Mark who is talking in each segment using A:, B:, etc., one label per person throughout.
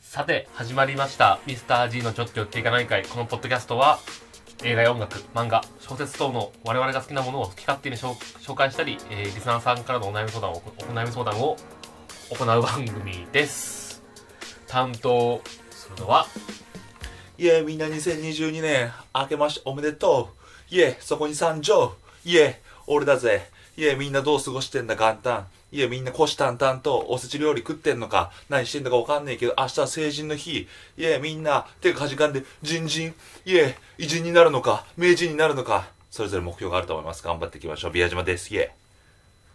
A: さて始まりました「ミスター g のちょっと寄っていかない会」このポッドキャストは映画や音楽漫画小説等の我々が好きなものを好き勝手に紹紹介したり、えーリスナーさんからのお悩み相談をお悩み相談を行う番組です担当するのはい
B: え、みんな2022年、明けましておめでとう。いえ、そこに参上。いえ、俺だぜ。いえ、みんなどう過ごしてんだ、元旦。いえ、みんな虎視眈々とおせち料理食ってんのか、何してんだかわかんねえけど、明日は成人の日。いえ、みんな手がかじかんで、人参。いえ、偉人になるのか、名人になるのか。それぞれ目標があると思います。頑張っていきましょう。宮島です。いえ。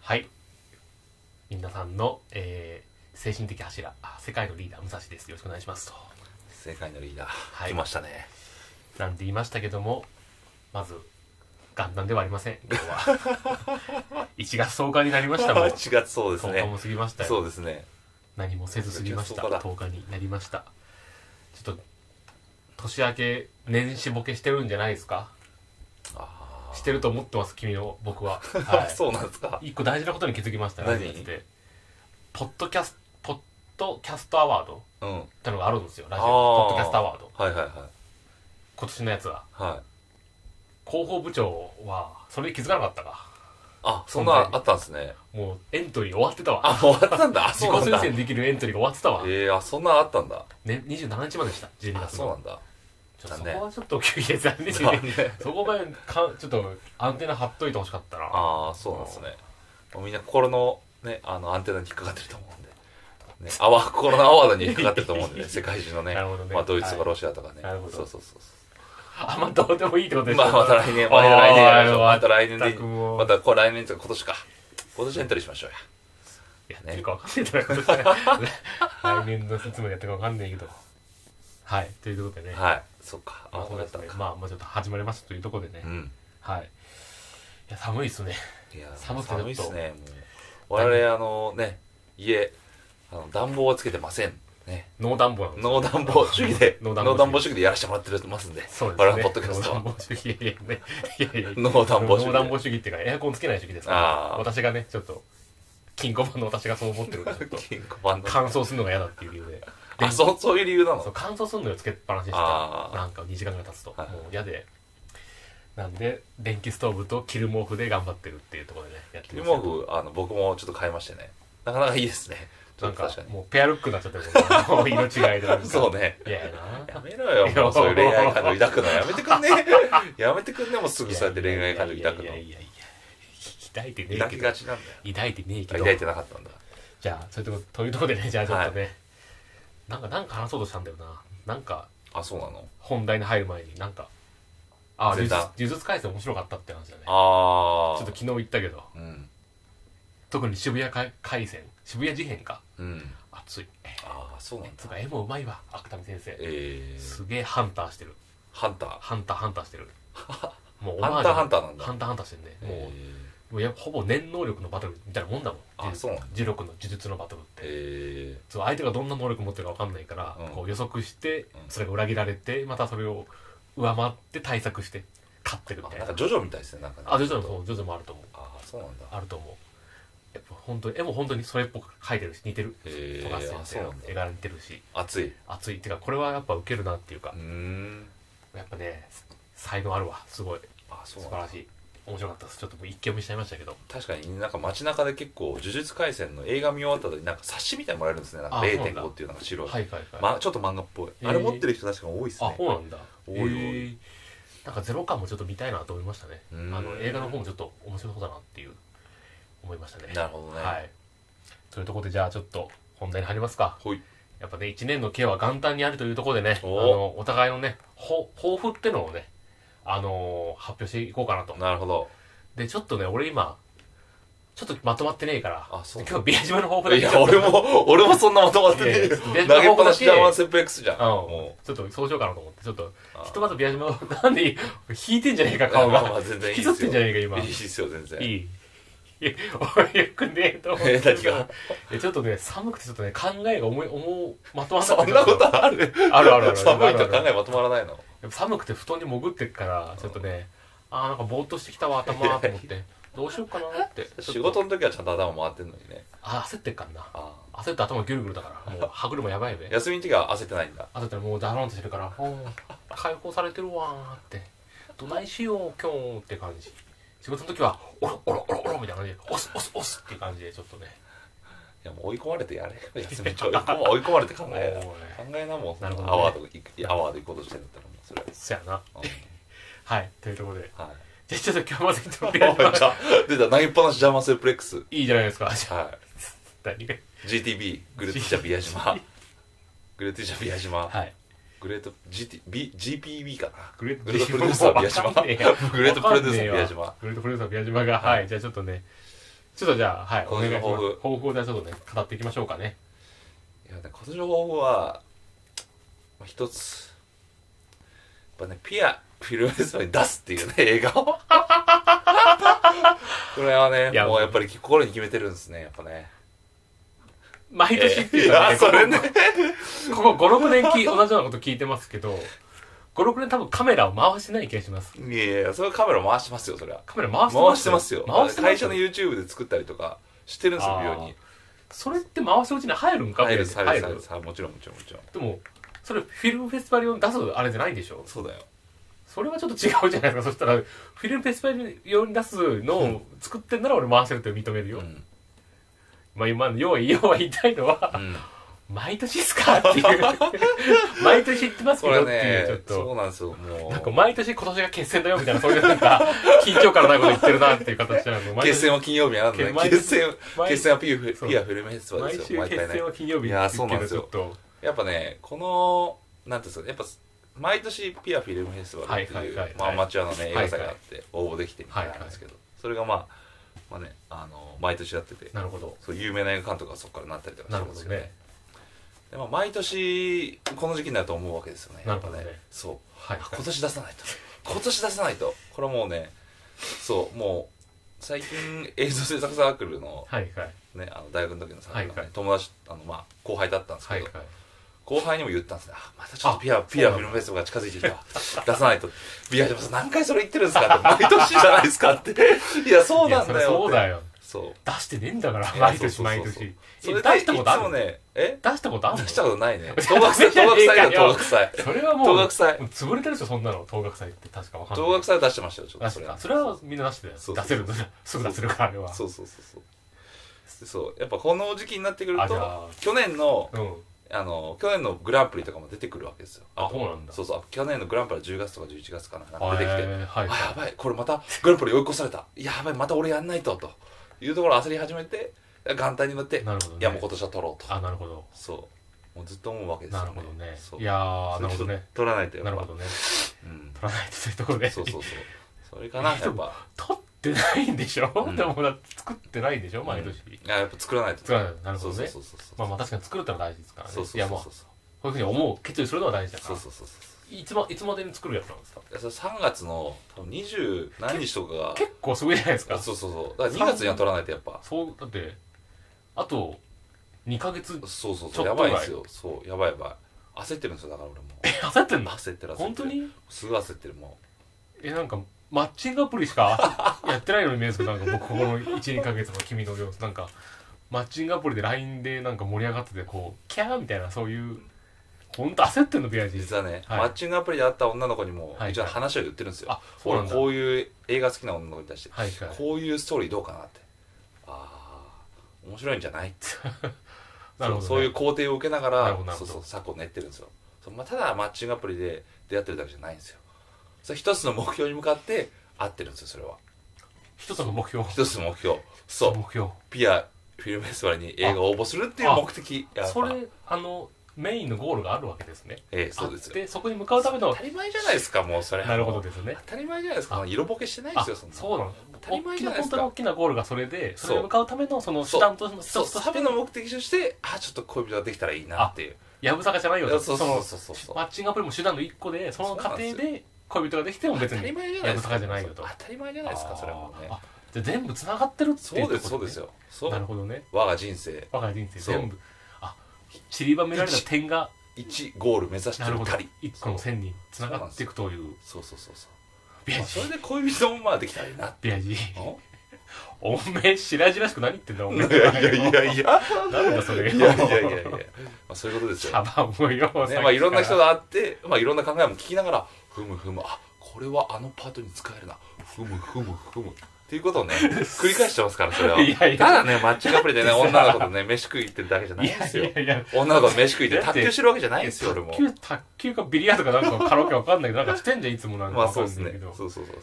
A: はい皆さんの、えー精神的柱あ世界のリーダー武蔵ですよろしくお願いしますと
B: 世界のリーダー、
A: い
B: 来ましたね。
A: なんて言いましたけどもまず元旦ではありません今日は1月10日になりましたも ん
B: 4月そうです
A: 10日も
B: ね。
A: 過ぎましたよ
B: そうですね。
A: 何もせず過ぎました
B: そうだ
A: 10日になりましたちょっと年明け年始ボケしてるんじゃないですか
B: あ
A: してると思ってます君の僕 は、
B: あ、
A: はい、
B: そうなんですか。
A: 一個大事なことに気づきましたね
B: 何
A: やつでポッドキャスポッドキャストアワードっ
B: うん。はい
A: てのがあるんですよラジオ
B: あー
A: ポッドキャストアワード
B: はいはい。
A: 今年のやつは
B: はい。
A: 広報部長はそれに気づかなかったか
B: あ、そんなあったんですね。
A: もうエントリー終わってたわ
B: あ、もう終わったんだ。あ、
A: 自
B: そうな
A: 己
B: ん
A: 推
B: だ。
A: 薦できるエントリーが終わってたわ、
B: えー、あ、そんなあったんだ。
A: ね、27日までした12
B: あ、
A: 月
B: そう
A: の
B: なんだ。
A: ちょっとそ
B: 残念
A: こはちょっと休憩残念
B: 残念
A: そこまでかちょっとアンテナ張っといてほしかったな
B: ああ、そうなんですね。もうみんな心のね、あの、アンテナに引っかかってると思うんで。ね、あわ、心のアワード に引っかかってると思うん でね、世界中のね。
A: なるほどね
B: まあ、ドイツとかロシアとかね。
A: なるほど
B: そうそうそうそ
A: あんまどうでもいいってこと
B: う。
A: でしょ
B: まあ、また来年、 また来年やりましょうまた来年でいい。ま
A: また
B: た、これ来年とか今年か。今年エントリーしましょうや。
A: やってるか分かんないけど来年のいつまでやってるか分かんないけどはいということでね、
B: はい。そっか。
A: まあ、
B: あ、そ
A: そう
B: う
A: で
B: だっ
A: す
B: た
A: ね
B: のか。
A: まあもうちょっと始まりましたというところでね、
B: うん。
A: はいいや寒いっすね
B: いや
A: 寒くて
B: 寒いっ
A: ちょっと
B: すねもう我々あのね家あの暖房はつけてませんね
A: ノーダンボなんですよ
B: ノー暖房主義で
A: ノ
B: ノ
A: ー暖房主義
B: ー暖房主義でやらせてもらってますんで
A: そうですね。
B: 我々のポッドキャストは
A: ノー暖房主義。いやいやねいやいや
B: ノー暖房主義
A: ノー暖房主義っていうか、エアコンつけない主義ですから。
B: あー
A: 私がね、ちょっと、金庫番の私がそう思ってるから、ちょっと、
B: 金庫版の
A: 乾燥するのが嫌だっていう理由で。
B: あそうそういう理由な
A: そう
B: の
A: 乾燥するのよ、つけっぱなしにして
B: あ
A: た。
B: ー
A: なんか2時間ぐらい経つと。
B: はい
A: もう嫌で。なんで、電気ストーブと着る毛布で頑張ってるっていうところでね、やって
B: キリ
A: ます。
B: モフあの僕もちょっと買いましてねなかなかいいですねちょ
A: な
B: っ
A: ん
B: と確
A: か
B: か、に
A: もうペアルックになっちゃってるもんねもう色違いでなんか。
B: そうね
A: いやいやな。
B: やめろよもうそういう恋愛感情抱くのやめてくんねやめてくんねもうすぐそうやって恋愛感情抱く
A: い
B: の
A: やいやいやいやいやいやいや抱いてねえ
B: 抱
A: け
B: き
A: ど
B: がちなんだよ
A: 抱いてねえけど
B: 抱いてなかったんだ
A: じゃあそういうとこというとこでねじゃあちょっとね、なんかなんか話そうとしたんだよななんか
B: あそうなの
A: 本題に入る前になんかああ呪
B: 出
A: 術
B: た
A: 呪術改正面白かったって話だねちょ
B: あ
A: っと
B: あ
A: 昨日言ったけど
B: うん
A: 特に渋谷回回戦渋谷事変か
B: うん
A: 熱い
B: ああそうなんだ
A: つうか絵もうまいわ芥見先生
B: えー、
A: すげえハンターしてる
B: ハンター
A: ハンターハンター してるもうオ
B: ハ
A: マー
B: ンタ
A: ジ
B: ー
A: ュ
B: ハンターなんだ
A: ハンターハンターしてるねもう
B: えー
A: もうやっぱほぼ念能力のバトルみたいなもんだもん
B: あそうなんだ
A: 呪力の呪術のバトルって、
B: え
A: そう相手がどんな能力持ってるか分かんないから、
B: うん
A: こう予測して
B: うん
A: それが裏切られてまたそれを上回って対策して勝ってるみ
B: ー、
A: た
B: あ
A: い
B: な
A: なん
B: かジョジョみたいですねなんかね
A: あ徐々にそう徐々にもあると思う
B: あそうなんだ
A: あると思うやっぱ本当に絵も本当にそれっぽく描いてるし似てる
B: へー
A: 富樫先生
B: あそう
A: の
B: なんだ
A: 絵柄似てるし
B: 熱い
A: 熱いっていうかこれはやっぱウケるなっていうか
B: うー、ん
A: やっぱね才能あるわすごい
B: あそう
A: 素
B: なん
A: 晴
B: だ
A: らしい面白かったですちょっともう一見見しちゃいましたけど
B: 確かになんか街中で結構「呪術廻戦」の映画見終わった後になんか冊子みたいなのもらえるんですねなんか
A: あそうなんだ
B: 0.5っていうなんか白い
A: はいはいはい、
B: ま、ちょっと漫画っぽい、
A: へー
B: あれ持ってる人確か多いです
A: あ
B: ね
A: そうなんだ
B: 多い
A: へ
B: 多い
A: ーなんかゼロ感もちょっと見たいなと思いましたね
B: うーん
A: あの映画の方もちょっと面白そうだなっていう思いましたね
B: なるほどね
A: はいというところでじゃあちょっと本題に入りますか
B: ほい
A: やっぱね1年の計は元旦にあるというところでねあ
B: お
A: のお互いのねほ抱負ってのをねあのー発表していこうかなと
B: なるほど
A: でちょっとね俺今ちょっとまとまってねえから
B: あそう
A: 今日宮島の抱負だけ
B: いや俺も俺もそんなまとまってねえよ
A: い
B: 投
A: や
B: げ
A: いや別の方向
B: っぱ
A: だ
B: な
A: し
B: しダマンセップ X じゃん
A: うん
B: も
A: ちょっとそうしようかなと思ってちょっと
B: あー
A: ひとまず宮島をなんで引いてんじゃねえか
B: う
A: 顔
B: まあま
A: が
B: あ全然い
A: 引
B: い
A: き
B: で
A: ずっ
B: す
A: てん
B: よ
A: じゃねえか今
B: いいですよ全然
A: いい。いや俺よくねえと思ってた。
B: え何が
A: えちょっとね、寒くてちょっとね、考えが思い、思う、まとまらな
B: そ
A: く
B: ん
A: て
B: なことある
A: あるあるある。
B: 寒い
A: あ
B: と
A: るあ
B: 考
A: る
B: えまとまらないの
A: やっぱ寒くて布団に潜ってっから、ちょっとね、あーなんかぼーっとしてきたわ、頭と思って。どうしようかな って。
B: 仕事の時はちゃんと頭回ってんのにね。
A: あ、焦ってっからな。
B: あ
A: 焦って頭ギュルギュルだ から。もう歯車やばいべ
B: ー。休みの時は焦ってないんだ。
A: 焦ったらもうダロンとしてるから、おー解放されてるわーって。どないしよう、今日って感じ。仕事の時は、おろおろおろおろみたいな感じで、押す押す押すっていう感じでちょっとね。
B: いや、もう追い込まれてやれよ。 休みちょい。追い込まれて考え
A: お
B: な。
A: ー
B: 考えなもん。
A: なるほどね
B: アワード行く、アワード行こうとしてんだったらもう、それ
A: そやな。
B: は。
A: はい、というところで。
B: うんはい。
A: じゃあちょっと今日までとりあえず
B: おいじゃあ 出た、投げっぱなしジャーマンセルプレックス。
A: いいじゃないですか。じゃあ、
B: は
A: 何が。
B: い。GTB、グレートティーチャービア島。グレートティーチャービア島。
A: はい。
B: グレート、GT、B、GPB かな。
A: グレート
B: グレートプロデューサー宮島
A: わかんねえよ
B: グレートプロデューサー宮島
A: わかんねえわグレートプロデューサー宮島が、はい、じゃあちょっとね、ちょっとじゃあ、はい、お
B: 今
A: 願い
B: 年
A: しま
B: の
A: す。
B: 抱負
A: 抱負をじゃあちょっとね、語っていきましょうかね。
B: いや、ね、今年の抱負は、まあ、一つ。やっぱね、ピア、フィルムレスに出すって いうね、映画を。これはね
A: い、や
B: もうやっぱり心に決めてるんですね、やっぱね。
A: 毎年っていう
B: い
A: か
B: や
A: ね、
B: それね。
A: こここ5、6年き同じようなこと聞いてますけど、5、6年多分カメラを回してない気がします。
B: いやいや、それはカメラ回してますよ、それは。
A: カメラ回してます
B: 回してますよ。
A: 回してます
B: 会社の YouTube で作ったりとかしてるんですよ、
A: あー
B: 美容に。
A: それって回すうちに入るんか
B: 入る、
A: これ
B: 入る、入る。さあもちろん、もちろん、もちろん。
A: でも、それフィルムフェスティバル用に出すあれじゃないでしょ
B: そうだよ。
A: それはちょっと違うじゃないですか。そしたら、フィルムフェスティバル用に出すのを作ってんなら俺回してるって認めるよ。
B: うん。
A: まあ今、要は、要は言いたいの
B: う
A: は、
B: ん。
A: 毎年っすかっ ていう。毎年言ってますけ
B: こ
A: ど
B: れ
A: っていう、
B: ね、
A: ちょっ
B: そう
A: と。
B: なんですよ、もう。
A: なんか毎年今年が決戦だよみたいな、そういうなんか、緊張感のないこと言ってるなっていう形なの。毎
B: 決
A: 年
B: 戦は金曜日なんだね。
A: 毎
B: 決戦、
A: 毎
B: 決戦はピュ
A: そ
B: ー
A: う
B: ピアフルメフェスティバル
A: 毎
B: です
A: 週
B: よ、毎
A: 決
B: 回ね
A: 戦。は金曜日
B: いやーそうなんですよ
A: ちょっと
B: やっぱね、この、なんていうんですか、やっぱ、毎年ピアフィルムフェスティバルって
A: はい
B: い
A: はいはい
B: う、
A: はい
B: まあ、アマチュアのね、
A: い
B: 映
A: はい
B: 画祭があって、応募できてみたいなんですけど、それがまあ、まあね、あの、毎年やってて、
A: なるほど
B: そう、有名な映画監督がそこからなったりとかし
A: な
B: て
A: る
B: るん
A: ほ
B: で
A: ど
B: すけど、
A: ね
B: でまあ、毎年、この時期になると思うわけですよね。
A: なるほどね
B: やっぱそう。
A: はい
B: 今年出さないと。今年出さないと。これはもうね、そう、もう、最近映像制作サークルの
A: はいはい
B: ね、あの大学の時のさ、
A: はいはい
B: 友達あの、まあ、後輩だったんですけ
A: はい
B: ど、
A: はい
B: 後輩にも言ったんですねあまたちょっとピ
A: あ
B: アピア
A: そうなんだ
B: フィルムフェスティバルが近づいてきた出さないとビアジャパさん何回それ言ってるんですか って毎年じゃないですかっていやそう
A: い
B: な
A: や
B: ん
A: そ
B: だ
A: れ
B: よ
A: そうだよ
B: そう
A: 出してねえんだから毎
B: そうそ
A: 年毎
B: うそう
A: 年
B: それ
A: え
B: で
A: 出したことあ
B: いつも
A: るの
B: ねえ
A: 出したことあるの
B: 出したこと ないね
A: 出し
B: 東学祭
A: たこと
B: 東
A: ねえ
B: 学
A: か
B: 祭
A: よ
B: だよ東学祭
A: それはもう
B: 等学祭
A: もう潰れてるでしょそんなの等学祭って確かわかんない
B: 東学祭は出してましたよちょっと
A: 確
B: それ
A: か
B: は
A: それはみんな出してたよ
B: そう
A: 出せる のすぐ出せるからあれは
B: そうそうそうそうでそうやっぱこの時期になってくる
A: あじゃあ
B: と去年の
A: うん
B: あの去年のグランプリとかも出てくるわけですよ
A: あそうなんだ
B: そうそう去年のグランプリは10月とか11月かななん
A: あ
B: か出てきて、
A: えーはい
B: あや
A: は
B: ばいこれまたグランプリ追い越されたやばいまた俺やんないとというところを焦り始めて元旦になって
A: いなるほどね
B: いやもう今年は取ろうと
A: あなるほど
B: そうもうずっと思うわけですよ
A: な
B: ね
A: るほどね
B: そう
A: いやーなるほど
B: それちょっ
A: ね
B: と取らないとやっ
A: なる
B: ぱ
A: ほどね
B: うん、
A: 取らないとそういうところで
B: そうそうそうそれかな
A: えーで
B: やっ
A: も
B: ぱ
A: 取ってないんでしょ、
B: うん
A: でもだって作ってないんでしょ毎年、
B: うんいややっぱ作らないと
A: 作らないなるほどね
B: そうそうそうそう
A: まあまあ確かに作るってのは大事ですからね
B: そうそ
A: い
B: うそ
A: や
B: う
A: まあ
B: そ
A: そう
B: そう
A: ういうふうに思う決意するのは大事だか
B: そ
A: ら
B: うそうそうそう
A: いつまいつまでに作るやつなんですか
B: いやそれ3月の多分20何日とかが
A: 結構すごいじゃないですか
B: あそうそうそうだから2月には取らないとやっぱ
A: そうだってあと2ヶ月
B: そうそう
A: ちょ
B: そ
A: っと
B: うや
A: ぐら
B: ば
A: い
B: いですよそうやばいやばい焦ってるんですよだから俺も
A: 焦ってんだ
B: 焦ってる焦ってる
A: 本当に
B: すぐ焦ってるも
A: えなんかマッチングアプリしか やってないように見えるんですけどなんか僕この12ヶ月の君の様子なんかマッチングアプリで LINE でなんか盛り上がっててこうキャーみたいなそういう本当焦ってんのビア
B: う
A: ジ
B: 実はね、
A: はい
B: マッチングアプリで会った女の子にも、
A: はい
B: 一応話を言ってるんですよ
A: あそうなんだ
B: 俺こういう映画好きな女の子に対して、
A: はいはい
B: こういうストーリーどうかなってああ面白いんじゃないって
A: なるほどね
B: そうそういう工程を受けなが
A: なるほ
B: ら
A: どなるほ
B: そう
A: ど
B: そう策を練ってるんですよそう、まあ、ただマッチングアプリで出会ってるだけじゃないんですよそれ一つの目標に向かって会ってるんですよそれは
A: 一つの目標
B: 一つの目標そう
A: 目標
B: ピアフィルムフェスティバルに映画を応募するっていう目的やっぱ
A: それあのメインのゴールがあるわけですね
B: ええそうです
A: あ
B: よ
A: でそこに向かうため
B: 当
A: の
B: たり前じゃないですかもうそれ
A: なるほどですね
B: 当たり前じゃないですか
A: あ
B: 色ぼけしてないで
A: あ
B: すよそんな
A: そうなの
B: 当たり前じゃない
A: 大
B: で
A: き本
B: す
A: 当
B: か
A: に大きなゴールがそれで
B: そ
A: そうれに向かうためのその
B: そ
A: 手
B: う
A: 段として
B: そう
A: 一つと
B: サ
A: して
B: ビの目的としてあちょっと恋人ができたらいいなっていう
A: やぶさかじゃないよ
B: い
A: と
B: やそうそうそうそう
A: そのマッチングアプリも手段の一個でその過程
B: そうなん
A: で恋人ができても別
B: 当たり
A: に
B: 前じゃな
A: や
B: いで
A: ぶ
B: す
A: さ
B: か
A: かじゃないよと
B: 当たり前じゃないですかそれはもうね
A: あじゃあ全部つながってるっていうと
B: そう
A: ころ
B: ですそうですよそ
A: なる
B: う
A: ほどね
B: 我が人生
A: 我が人生
B: そう
A: 全部あ散りばめられた点が
B: 一ゴール目指して
A: なる
B: る
A: ほど
B: たり
A: 一個の線につながっていくという
B: そうそうそうそう
A: ビ
B: ま
A: ア
B: あ
A: ジ
B: それで恋人もまあできたらいいな
A: ビアジ
B: お
A: おめえ、白々しく何言ってんだ、お
B: い
A: めえ。
B: やいやいやいや。いや
A: なんだそれ。
B: いやいやいや。まあそういうことですよ。
A: 茶番もよ、さっき
B: ね
A: から
B: まあ、いろんな人と会って、まあ、いろんな考えも聞きながらふむふむあこれはあのパートに使えるなふむふむふむっていう ことをね繰り返してますからそれはい
A: やいや
B: ただねマッチングアプ リでね
A: だってさ
B: 女の子とね飯食い行ってるだけじゃないんですよ
A: いやいやいや。
B: 女の子と飯食い行って
A: だっ
B: 卓
A: て
B: 球してるわけじゃないんですよ俺も
A: 卓球、卓球かビリヤードかなんかカラオケわかんないけど、なんかしてんじゃん、いつもなんか
B: まあ
A: わ
B: そ
A: か
B: うで
A: ん
B: す
A: ない
B: ね
A: けど。
B: そうそうそう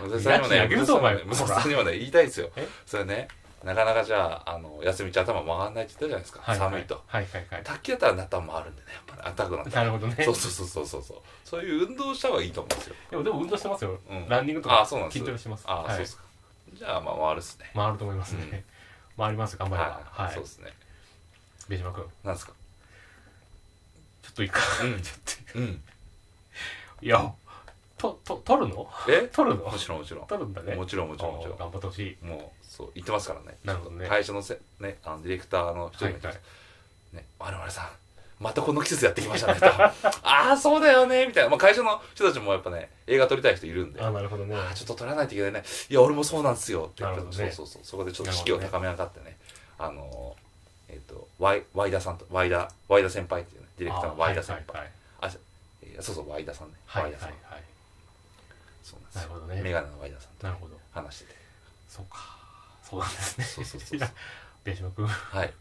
A: お前、
B: 武蔵さんにも
A: いやい
B: ね
A: や
B: 武蔵さんにもね
A: お前
B: 武蔵さんにもね言いたいですよ
A: え
B: それねなかなかじゃああの休みちゃん頭回らないって言ったじゃないですか、
A: はは
B: 寒いと
A: はいはいはい。
B: 卓球やったらな頭回るんでねやっぱり暖かくなって
A: なるほどね。
B: そうそうそうそうそうそうそういう運動した方がいいと思うんですよ
A: でも、でも運動してますよ
B: うん。
A: ランニングと
B: あ
A: か、
B: そうなんです
A: 筋トレしてます。
B: あ、
A: はい
B: そうですかじゃあまあ回るっすね
A: 回ると思いますね。回ります、頑張れば。は
B: そう
A: い
B: で。すね
A: ベジマ君、ちょ
B: なんですか
A: っといいか。
B: うん
A: ちょっ
B: うん
A: と。 いや、と、と、取るの
B: え
A: 取るの
B: もちろんもちろん
A: 取るんだね。
B: もちろんもちろんもちろ
A: 頑張ってほしい。
B: んもうそう言ってますからね
A: なるほどね
B: 会社のせねあのディレクターの人
A: は
B: に
A: い
B: も言
A: はい
B: ってます。ね「我々さんまたこの季節やってきましたね」と 「ああそうだよね」みたいなまあ会社の人たちもやっぱね映画撮りたい人いるんで
A: あ、なるほどね。
B: あーちょっと取らないといけないねいや俺もそうなんですよって言って
A: なるほどね
B: そうそうそうそこでちょっと士気を高め上がってねあのーえっ、とワイワイダさんとワイダワイダ先輩っていうねディレクターのワイダ先輩
A: あはい
B: あじゃえーそうそうワイダさんね、
A: はいは
B: ワ
A: い
B: イダさん
A: はいはい
B: そうなんで
A: な
B: す
A: る
B: よ
A: ほどね
B: メガネのワイダさんと
A: なるほど
B: 話してて
A: そうかそうなんですね
B: そうそうそ うそう
A: いやベジマ君
B: はい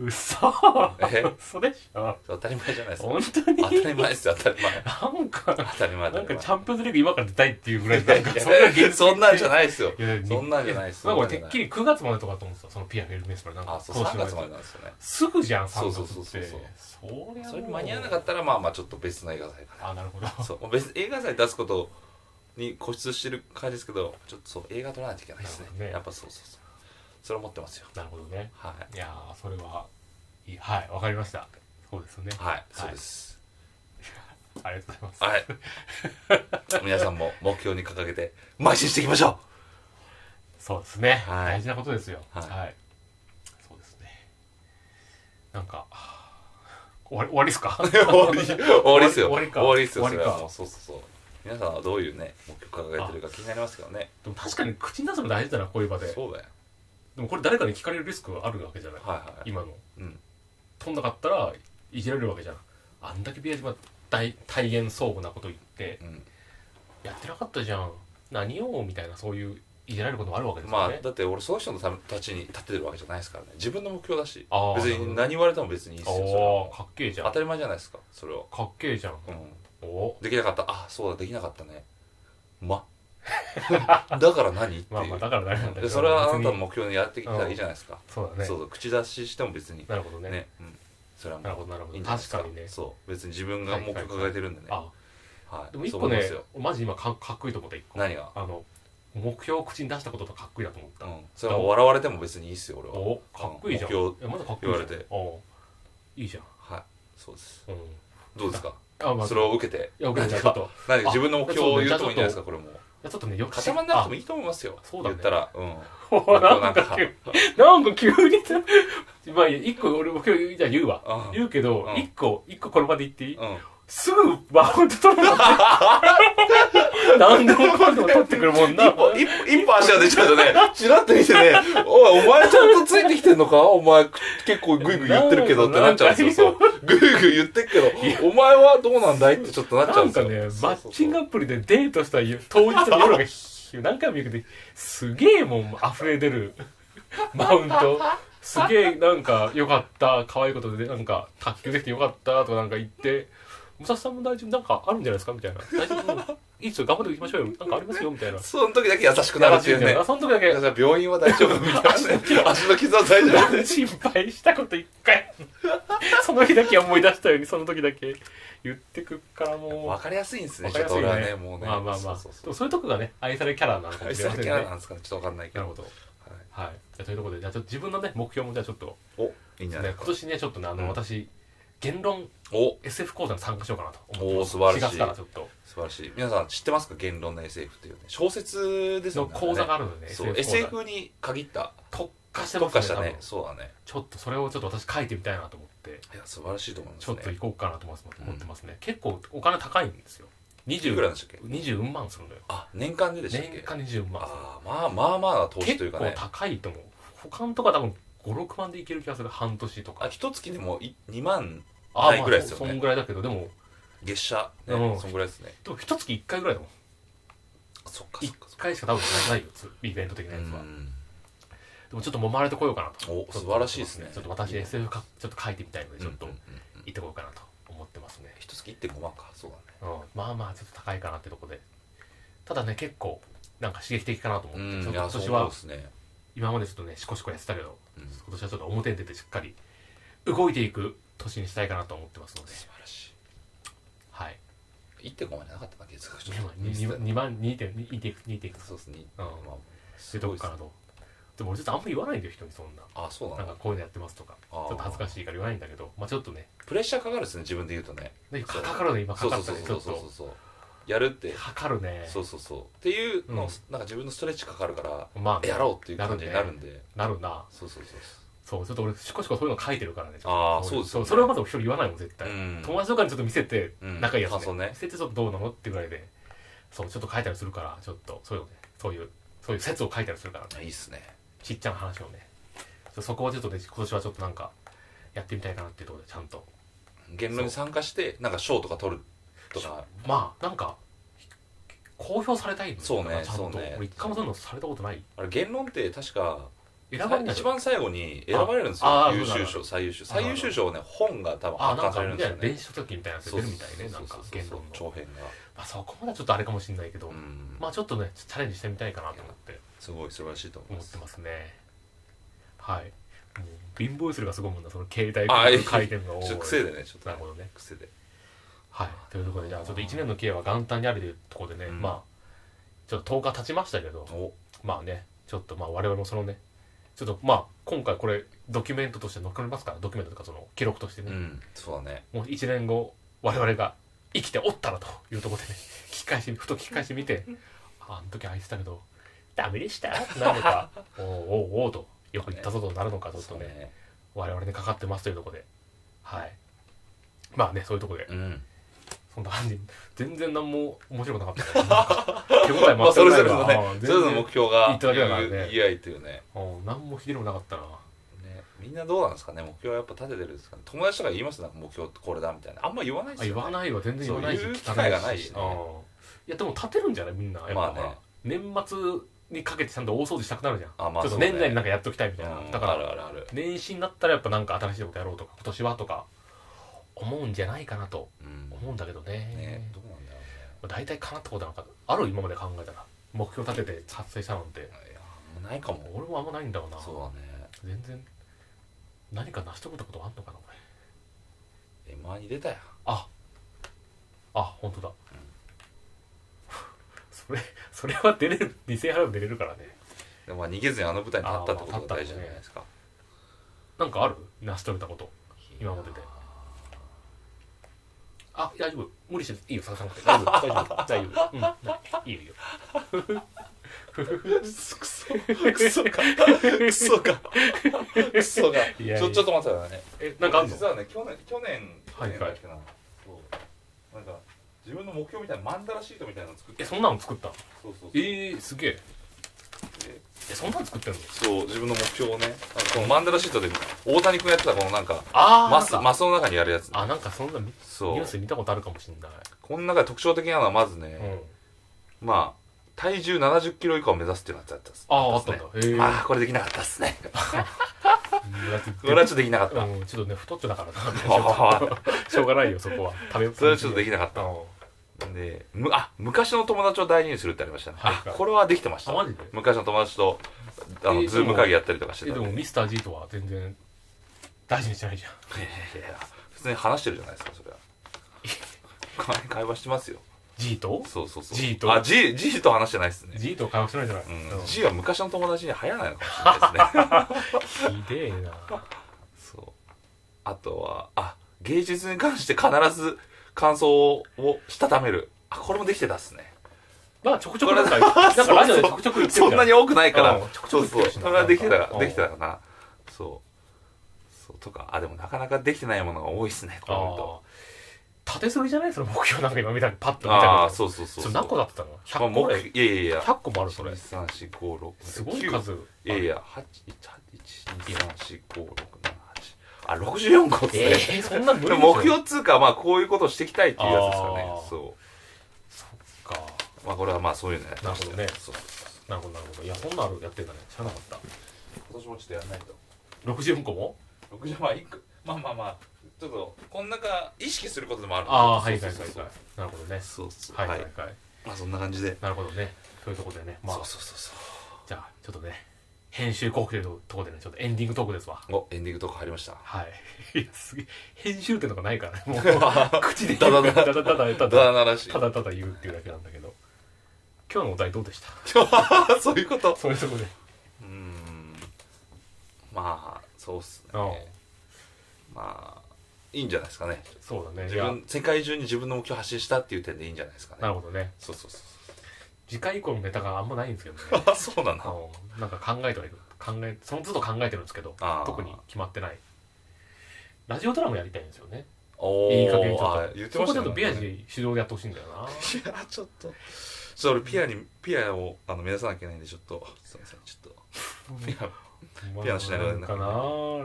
A: うそ
B: え
A: それしょ
B: 当たり前じゃないですか
A: 本当に
B: 当たり前ですよ当たり前
A: なんか
B: 当たり前
A: なんかチ
B: 当た
A: ャンピオンズリーグ今から出たいっていうぐらい
B: り前
A: なん
B: いや
A: か
B: いや
A: そんな現 実
B: そんなんじゃないですよ
A: いやいや
B: そんなんじゃないです
A: なんか俺て
B: そん
A: っ
B: なん
A: き
B: じゃな
A: り
B: い
A: 9月までとかと思ってたそのピアフェルメスパルなん
B: あ
A: か
B: そう3月まで
A: で
B: なんですよね
A: すぐじゃん3
B: そう
A: 月
B: そう
A: って
B: そうそ
A: そ
B: うそう
A: りゃもう
B: それに間に合わなかったらまあまあちょっと別の映画祭かな
A: あなるほど
B: そうもう別に映画祭出すことに固執してる感じですけどちょっとそう映画撮らないといけないです
A: な
B: ね
A: るほどね
B: やっぱそうそうそうそれ思ってますよ
A: なるほどね
B: はい
A: いやーそれはいいはいわかりましたそうですよね
B: はい、そうです
A: ありがとうございます
B: はい皆さんも目標に掲げて邁進していきましょ
A: そうですね、
B: はい
A: 大事なことですよは、
B: はいい
A: そうですねなんか終わり終わりっ すか
B: う終わり終わりですよ
A: 終わりか
B: 終わりですよそ
A: 終
B: れ
A: わりか
B: はもうそうそうそう皆さんはどういうね目標掲げてるか気になりますけどね
A: でも確かに口に出すの大事だなこういう場で
B: そうだよ
A: でもこれ誰かに聞かれるリスクがあるわけじゃない、
B: はいはい
A: 今の
B: うん
A: 飛んなかったらいじられるわけじゃんあんだけビア島大大言相互なこと言って
B: うん
A: やってなかったじゃん何をみたいなそういういじられることもあるわけです
B: ま
A: よ
B: あ
A: ね、
B: だって俺その人のためたちに立ってるわけじゃないですからね自分の目標だし
A: あー
B: 別に何言われても別にいいですよそれは
A: おおかっけえじゃ
B: 当
A: んか
B: たり前じゃないですかそれは、
A: っけえじゃん、
B: うん、
A: お
B: できなかったあそうだできなかったね まだから何っていう、
A: まあまあだから誰なんだけ
B: で
A: ど
B: それはあなた
A: 別
B: の
A: に
B: 目標にやってきたらいいじゃないですか、
A: そうだね
B: そうそう口出ししても別に
A: なるほど
B: ね
A: ね
B: うん、それはも
A: なる
B: う
A: ほどなるほ
B: いい
A: ど
B: んじゃない
A: 確
B: ですか
A: かにね
B: そう別に自分が目標抱えてるんでね、はい
A: あでも一個
B: そう思いま
A: ね
B: すよ
A: マジ今かかっこいいと思った一個
B: 何が
A: あの目標を口に出したことがかっこいいなと思っ
B: う
A: た、
B: んそれはもう笑われても別にいいですよ俺は
A: おかっこいいじゃん
B: 目標
A: えまだかっこいいじゃん
B: 言われて
A: おいいじゃん
B: はいそうです
A: うん
B: どうですか
A: あまあ
B: それを受けて
A: いや僕もじゃあ
B: 何
A: ちょっと
B: か
A: い
B: 何か
A: あ
B: 自分の目標を言ってもいいんじゃないですかこれも
A: やちょっとねよ
B: 固まんなくても
A: い
B: いいと思いますよ
A: そうだね
B: 言ったらうん
A: なんか急なんか急にさまあいい一個俺も今日じゃあ言うわ
B: うん
A: 言うけど
B: うん
A: 一個一個この場で言っていい
B: うん
A: すぐバウンド取るもん ね何でもかんでも取ってくるもんな
B: 一歩、一歩、一歩足が出ちゃう とね、チラッと見てね、おい、お前ちゃんとついてきてんのかお前、結構グイグイ言ってるけどってなっちゃうんですよ、そう。グイグイ言ってっけど、お前はどうなんだいってちょっとなっちゃ
A: な
B: うんんで
A: か
B: すよ。
A: ね
B: そ
A: マ
B: う
A: ッ
B: そう
A: チ
B: そう
A: ングアプリでデートした夜当日の夜がひ何回も言うけどすげえもん溢れ出 るマウントすげえなんか良かった可愛いことでなんか卓球できて良かったとかなんか言って武蔵さんも大丈夫なんかあるんじゃないですかみたいな大丈夫うんいいっすよ頑張っていきましょうよなんかありますよみたいな
B: その時だけ優しくなるっていうね。
A: その時だけ
B: だから病院は大丈夫みたい なね。足の傷は大丈夫 で。
A: 心配したこと一回その日だけ思い出したようにその時だけ言ってくからもう
B: わかりやすいんですね、
A: わか
B: ちょ
A: り
B: っ
A: や
B: と
A: すいね
B: 俺はね、もうね。
A: まあまあまあ
B: そ
A: で
B: うそうそう
A: もそういうとこがね愛されキャラなのかも
B: 愛
A: し
B: さ
A: れま
B: れ
A: せん
B: キ
A: ね
B: ャラなんですかね、ちょっとわかんないけ
A: なるほ
B: ど。
A: どはいじゃあというところでじゃあちょっと自分のね目標もじゃあちょっと、
B: お、いいんじゃな
A: ね
B: い、か
A: 今。年ねちょっとねあの、
B: うん
A: 私言論
B: お、
A: SF 講座に参加しようかなと思って
B: おー、素晴ら
A: 4
B: し
A: 月
B: い
A: か。らちょっと
B: 素晴らしい。皆さん知ってますか言論の SF っていうね。小説ですよ
A: の
B: ね。
A: 講座があるので、ね、
B: そう
A: SF 講
B: SF に限った
A: 座特化してま
B: 特
A: すね
B: 化した
A: 多
B: ね
A: 分
B: そうだね
A: ちょっとそれをちょっと私書いてみたいなと思って
B: いや素晴らしいと思いま
A: ちょっ
B: す
A: と
B: ね
A: 行こうかなと思います
B: うん
A: 思ってますね、結構お金高いんですよ20
B: いくらでしたっけ
A: 20万するのよ
B: あ年間ででしたっ
A: 年
B: け
A: 間20万
B: あーまあまあまあな投資と
A: 結
B: いうか
A: 構
B: ね
A: 高いと思う他のとか多分56万でいける気がする半年と
B: あ
A: か
B: 一月でもい2万
A: あ
B: ないぐらいですよね
A: まあそそんぐらいだけどでも
B: 月謝ね
A: うん
B: そんぐらいですね
A: でも一月1回ぐらいだもん
B: そっかそっ
A: 1
B: かそっか
A: 回しか多分ないよつイベント的な
B: う
A: やつはで
B: ん
A: もちょっと揉まれてこようかなと
B: お素晴らしいですね
A: ちょっと私 SF かちょっと書いてみたいのでちょっと
B: うんう
A: 行
B: んうん
A: ってこようかなと思ってますね
B: 一月1.5万かそうだね
A: うんまあまあちょっと高いかなってとこでただね結構なんか刺激的かなと思
B: う
A: って
B: ん
A: ちょっ
B: い
A: と
B: や
A: 今
B: そう
A: 年
B: そう
A: は
B: ですね
A: 今までちょっとねシコシコやってたけど
B: うん
A: 今年はちょっと表に出てしっかり動いていく年にしたいかなと思ってますので
B: 素晴らし
A: はい
B: い1.5万じゃなかったな月額
A: 2万2万2.2点
B: そうですね
A: うん
B: まあ
A: 出
B: す
A: と
B: ご
A: く
B: いです
A: か
B: ね
A: なとでも俺ちょっとあんま言わないんだよ人にそんな
B: あそうな
A: なんん
B: だ
A: かこういうのやってますとかち
B: あ
A: ょ
B: ー
A: っと恥ずかしいから言わないんだけどまあちょっとね
B: プレッシャーかかるですね自分で言うとね
A: ね
B: そ
A: か
B: う
A: かるね今
B: そ
A: か
B: う
A: か
B: そう
A: った
B: そう
A: ねち
B: そ
A: ょ
B: う
A: っ
B: そう
A: と
B: そうやるって
A: かかるね
B: そうそうそうっていうのを
A: うん
B: なんか自分のストレッチかかるから
A: まあね
B: やろうっていう感じになるんで
A: なるな
B: そうそうそう
A: そうちょっと俺シコシコそういうの書いてるからね
B: あーそうですよね
A: それはまず人に言わないもん絶対
B: うん
A: 友達とかにちょっと見せて
B: うん
A: 仲いいやつ
B: 感想ね
A: 見せてちょっとどうなのってぐらいでそうちょっと書いたりするからちょっとそういうのねそういうそういう説を書いたりするからね
B: いいっすね
A: ちっちゃな話をねそそこはちょっとね今年はちょっとなんかやってみたいかなっていうところでちゃんと
B: 言論に参加してなんか賞とか取るとか
A: まあなんか公表されたいんだよ
B: そうね
A: なんかちゃんと
B: そうね
A: 俺一回もそういうのされたことない
B: あれ言論って確か
A: 選ばれない
B: 一番最後に選ばれるんです
A: あ
B: よ
A: あ
B: 優
A: そう
B: 秀
A: だそ
B: 賞最優秀
A: あるあ
B: 最
A: る
B: 優秀賞はね本が多分
A: あ
B: 発
A: なん
B: 刊さ
A: か
B: れるん
A: み
B: で
A: たい
B: すよ
A: な
B: ね
A: 電子書籍みたいなやつ出るみたいねなんか言論の
B: 長編が
A: まあそこまではちょっとあれかもしれないけど
B: うん
A: まあちょっとねチャレンジしてみたいかなと思って
B: すごい素晴らしいと思い
A: 思
B: ま
A: っ
B: す
A: てますねはいもう貧乏ゆするがすごいもんだその携帯
B: あいい
A: 回転が多い
B: ちょっと癖でねちょっと
A: なる
B: ね
A: ほどね
B: 癖で
A: はいというところでじゃあちょっと1年の経営は元旦にあるというところでね、
B: うん
A: まあちょっと10日経ちましたけど
B: お
A: まあねちょっとまあ我々もそのねちょっとまあ今回これドキュメントとして残りますからドキュメントとかその記録として
B: う
A: ね、
B: んそうだね
A: もう1年後我々が生きておったらというところでね 聞き返してふと聞き返してみてああの時愛してたけどダメでしたってなるのか おうおうおうとよく言ったぞとなるのかちょっと
B: そう
A: ね我々にかかってますというところではいまあねそういうところで
B: うん
A: そんな感じ全然何も面白くなかったねなんか手応え全くない
B: まあそれぞれのね
A: ああ全然
B: それぞれの目標が
A: 言っただけだからね
B: 言い合いっていうね
A: うん何もひでもなかったな
B: ねみんなどうなんですかね目標はやっぱ立ててるんですかね友達とか言いますなんか目標ってこれだみたいなあんま言わないです
A: あ
B: よね
A: 言わないわ全然言わないし
B: そう言う
A: 聞か
B: 機会がないし
A: う
B: ね
A: んいやでも立てるんじゃないみんなやっぱ、
B: まあね
A: 年末にかけてちゃんと大掃除したくなるじゃん
B: あまあ
A: ちょっ
B: そ
A: と
B: うね
A: 年内になんかやっときたいみたいな、
B: うん
A: だか
B: ある
A: ら
B: あるある
A: 年始になったらやっぱなんか新しいことやろうとか今年はとか思うんじゃないかなと
B: うん
A: 思うんだけどね
B: ねどうなんだろ
A: まあ大体かなったことなんかある今まで考えたら目標立てて達成したなんて
B: うねいやあんまないかも
A: 俺もあんまないんだろうな
B: そうだね
A: 全然何か成し遂げたことあんのかなこれ
B: M−1 に出たやん
A: ああ本当だ、 それそれは出れる2000円払えば出れるからね
B: でもまあ逃げずにあの舞台に立ったってことが大事じゃないですか
A: なんかある成し遂げたこと今までであ大丈夫無理していいよ探さなくて大丈夫大丈夫大丈夫、うん、いいよいいよ
B: くそくそかくそかくそか
A: いやいや
B: ちょちょっと待ってくださいね
A: えなんかあるの
B: 実はね去年去年去
A: はいはい
B: 年だっけなそうなんか自分の目標みたいなマンダラシートみたいなの作って
A: えそんなの作ったの
B: そうそうそう
A: えー、すげえ
B: で
A: えそんなの作ってんの
B: そう自分の目標をねなんかこのマンダラシートで大谷君やってたこのなんか
A: あー
B: マス
A: なんか
B: マスの中にやるやつ
A: あなんかそんなニ
B: そ
A: ュ
B: う
A: ース見たことあるかもしんない、
B: この中で特徴的なのはまず
A: う
B: ね
A: ん
B: まあ体重7 0キロ以下を目指すっていうのがあったんです
A: あああったんだへえ
B: ああこれできなかったっすね これはちょっとできなかった
A: うん、 ちょっとね太っちょだからなち
B: あ
A: ょっとしょうがないよそこは食べ
B: それはちょっとできなかっ
A: あ
B: たでむあ昔の友達を大事にするってありましたね、
A: はい
B: あこれはできてました
A: あマジで
B: 昔の友達とあの、
A: え
B: ズーム会議やったりとかして
A: え
B: た
A: で
B: んで
A: もミスター G とは全然大事にしてないじゃん
B: いやいや普通に話してるじゃないですかそれは会会話してますよ
A: G と
B: そうそうそう
A: G と
B: あ G, G と話してないですね、
A: G と会話してないじゃない、
B: うん
A: うん
B: G は昔の友達に流行らないのかもしれない ですね
A: ひでえな
B: そうあとはあ芸術に関して必ず感想をしたためるあこれもできてたっすね
A: まあちょくちょくなんか なんかラジオでちょくちょく言ってる
B: そんなに多くないから
A: うんちょくち
B: そ
A: ょ
B: う
A: く
B: そ
A: 言って
B: う
A: るしな
B: それはできてた
A: う
B: か
A: ん
B: できてたかなそうそうとかあでもなかなかできてないものが多いっすねこ
A: あ
B: う
A: あ
B: 見ると
A: 立てすぎじゃないその目標なんか今見たパッと見たけど
B: ああ、そうそうそう。
A: それ何個だったの
B: まあ
A: ?100 個
B: も
A: ぐ
B: う
A: ら
B: い
A: い
B: やいやいや。
A: 100個もあるそれ
B: 1 2 3 4 5 6
A: すごい数
B: いやいや、8、1、2、3、4、5、6、7、8。あ、64個っす
A: え
B: ね。
A: えそんな無理
B: で
A: でしょ
B: も目標っつうか、まあ、こういうことをしていきたいっていうやつですかね
A: あ。ー
B: そ
A: そっか
B: う。まあ、これはまあ、そういうのやってました
A: なるほどね
B: そうそう
A: なるほどなるほどいやそんなあるやってんだね知らなかった
B: そう今年もちょっとやらないと。
A: 64個も
B: 60まあ、いくまあまあまあ、ちょっと、こん中、意識することでもある
A: ああはいはいはい
B: そ
A: は
B: う
A: い
B: そうそう
A: なるほどね
B: そうそう。
A: はい
B: は
A: はい
B: い
A: は。い
B: まあ、そんな感じで。
A: なるほどねそういうとこでねまあ
B: そうそうそうそう。
A: じゃあちょっとね編集後期のとこでねちょっとエンディングトークですわ
B: お、エンディングトーク入りました。
A: はいい やすげえ編集点とかない からねもう口で言うから
B: ダ
A: ダダダダ
B: だ
A: ダダ
B: だならしい
A: た。だただ言うっていうだけなんだけど今日のお題どうでした
B: そういうこ と。
A: そういうとこで
B: うーんまあそうっす
A: う
B: ねまあいいんじゃないですかね
A: そうだねい
B: 自
A: や
B: 分世界中に自分の目標を発信したっていう点でいいんじゃないですかね
A: なるほどね
B: そうそうそ
A: 次回以降のネタがあんまないんですけどね
B: うそうだなの
A: うんなんか考えてはいる考えその都度考えてるんですけど
B: あー
A: 特に決まってないラジオドラマやりたいんですよね
B: お
A: いい加減ちょっ
B: あ
A: と
B: 言って
A: そ
B: ま
A: こ
B: し
A: ちょ
B: た
A: っと
B: ね
A: ビアジ主導でやってほしいんだよない
B: やちょっとちょっと俺ピアにピアをあの目指さなきゃいけないんでちょっとすいませんちょっとピア ピアノしながら
A: んかな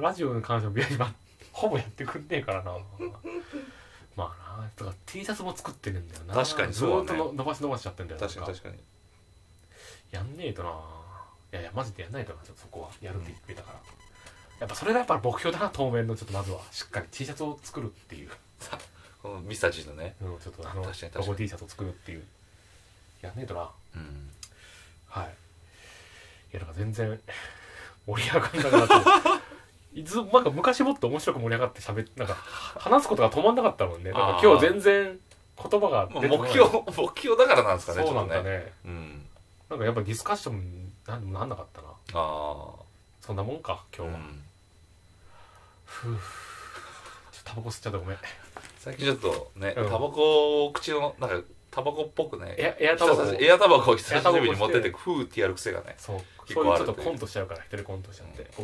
A: ラジオに関してはビアジはほぼやってくんねえからなまあなとか T シャツも作ってるんだよな
B: 確かにそうだね
A: ずーっとの伸ばし伸ばしちゃってんだよ
B: 確かに
A: なん
B: 確かに
A: やんねえとないやいやマジでやんないとなちょっとそこはやるって言ってたから、やっぱそれがやっぱ目標だな当面のちょっとまずはしっかり T シャツを作るっていう
B: このミサジのね
A: うんちょっとあの
B: 確かに確か
A: ロ
B: に
A: ゴ T シャツを作るっていうやんねえとな
B: うん
A: はいいやなんか全然盛り上がんなくなって いつなんか昔もっと面白く盛り上がって喋っなんか話すことが止まんなかったもんねなんか
B: あー
A: 今日全然言葉が
B: まあ
A: 出てこな
B: 目
A: い
B: 標目標だからなんですかね
A: そうなん
B: ちょ
A: だ
B: っ
A: ね
B: とうん
A: なんかやっぱディスカッションなんなんなかったな
B: あ
A: そんなもんか
B: あ
A: 今日は、
B: うん
A: ちょっとタバコ吸っちゃってごめん
B: 最近ちょっとね、
A: うん
B: タバコを口のなんかタバコっぽくね
A: エアエアタバコ
B: 久しぶりエアタバコを久
A: エアタ
B: し
A: バコ
B: ぶり
A: して
B: に持ってってフーってやる癖がね
A: そう
B: 結
A: そうい
B: 構
A: う
B: あ
A: ちょ
B: る
A: っ
B: とい
A: と
B: う
A: コントしちゃうから一人コントしちゃってご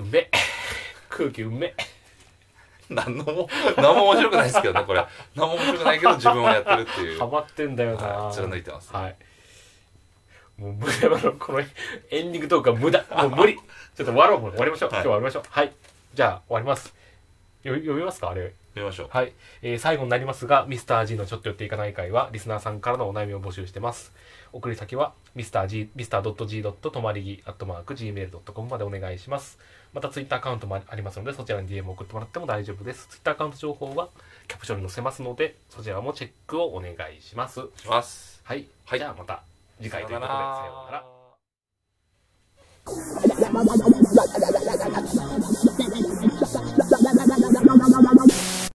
A: めんうめえ空気うめえ
B: 何のも何も面白くないですけどねこれ何も面白くないけど自分をやってるっていう
A: ハマってんだよな、
B: はい貫いてます
A: はいもう無駄なのこのエンディングトークは 無駄もう無理ちょっと終わろうもう終わりましょう、
B: はい
A: 今日は終わりましょうはいじゃあ終わりますよ読みますかあれ
B: 見ましょう
A: はい、えー最後になりますが Mr.G のちょっと寄っていかない会はリスナーさんからのお悩みを募集してます送り先は Mr.G Mr.G. とまりぎ Gmail.com までお願いしますまた Twitter アカウントもありますのでそちらに DM を送ってもらっても大丈夫です Twitter アカウント情報はキャプションに載せますのでそちらもチェックをお願いします
B: します
A: はい、
B: はい
A: じゃあまた次回ということでさようなら
B: ら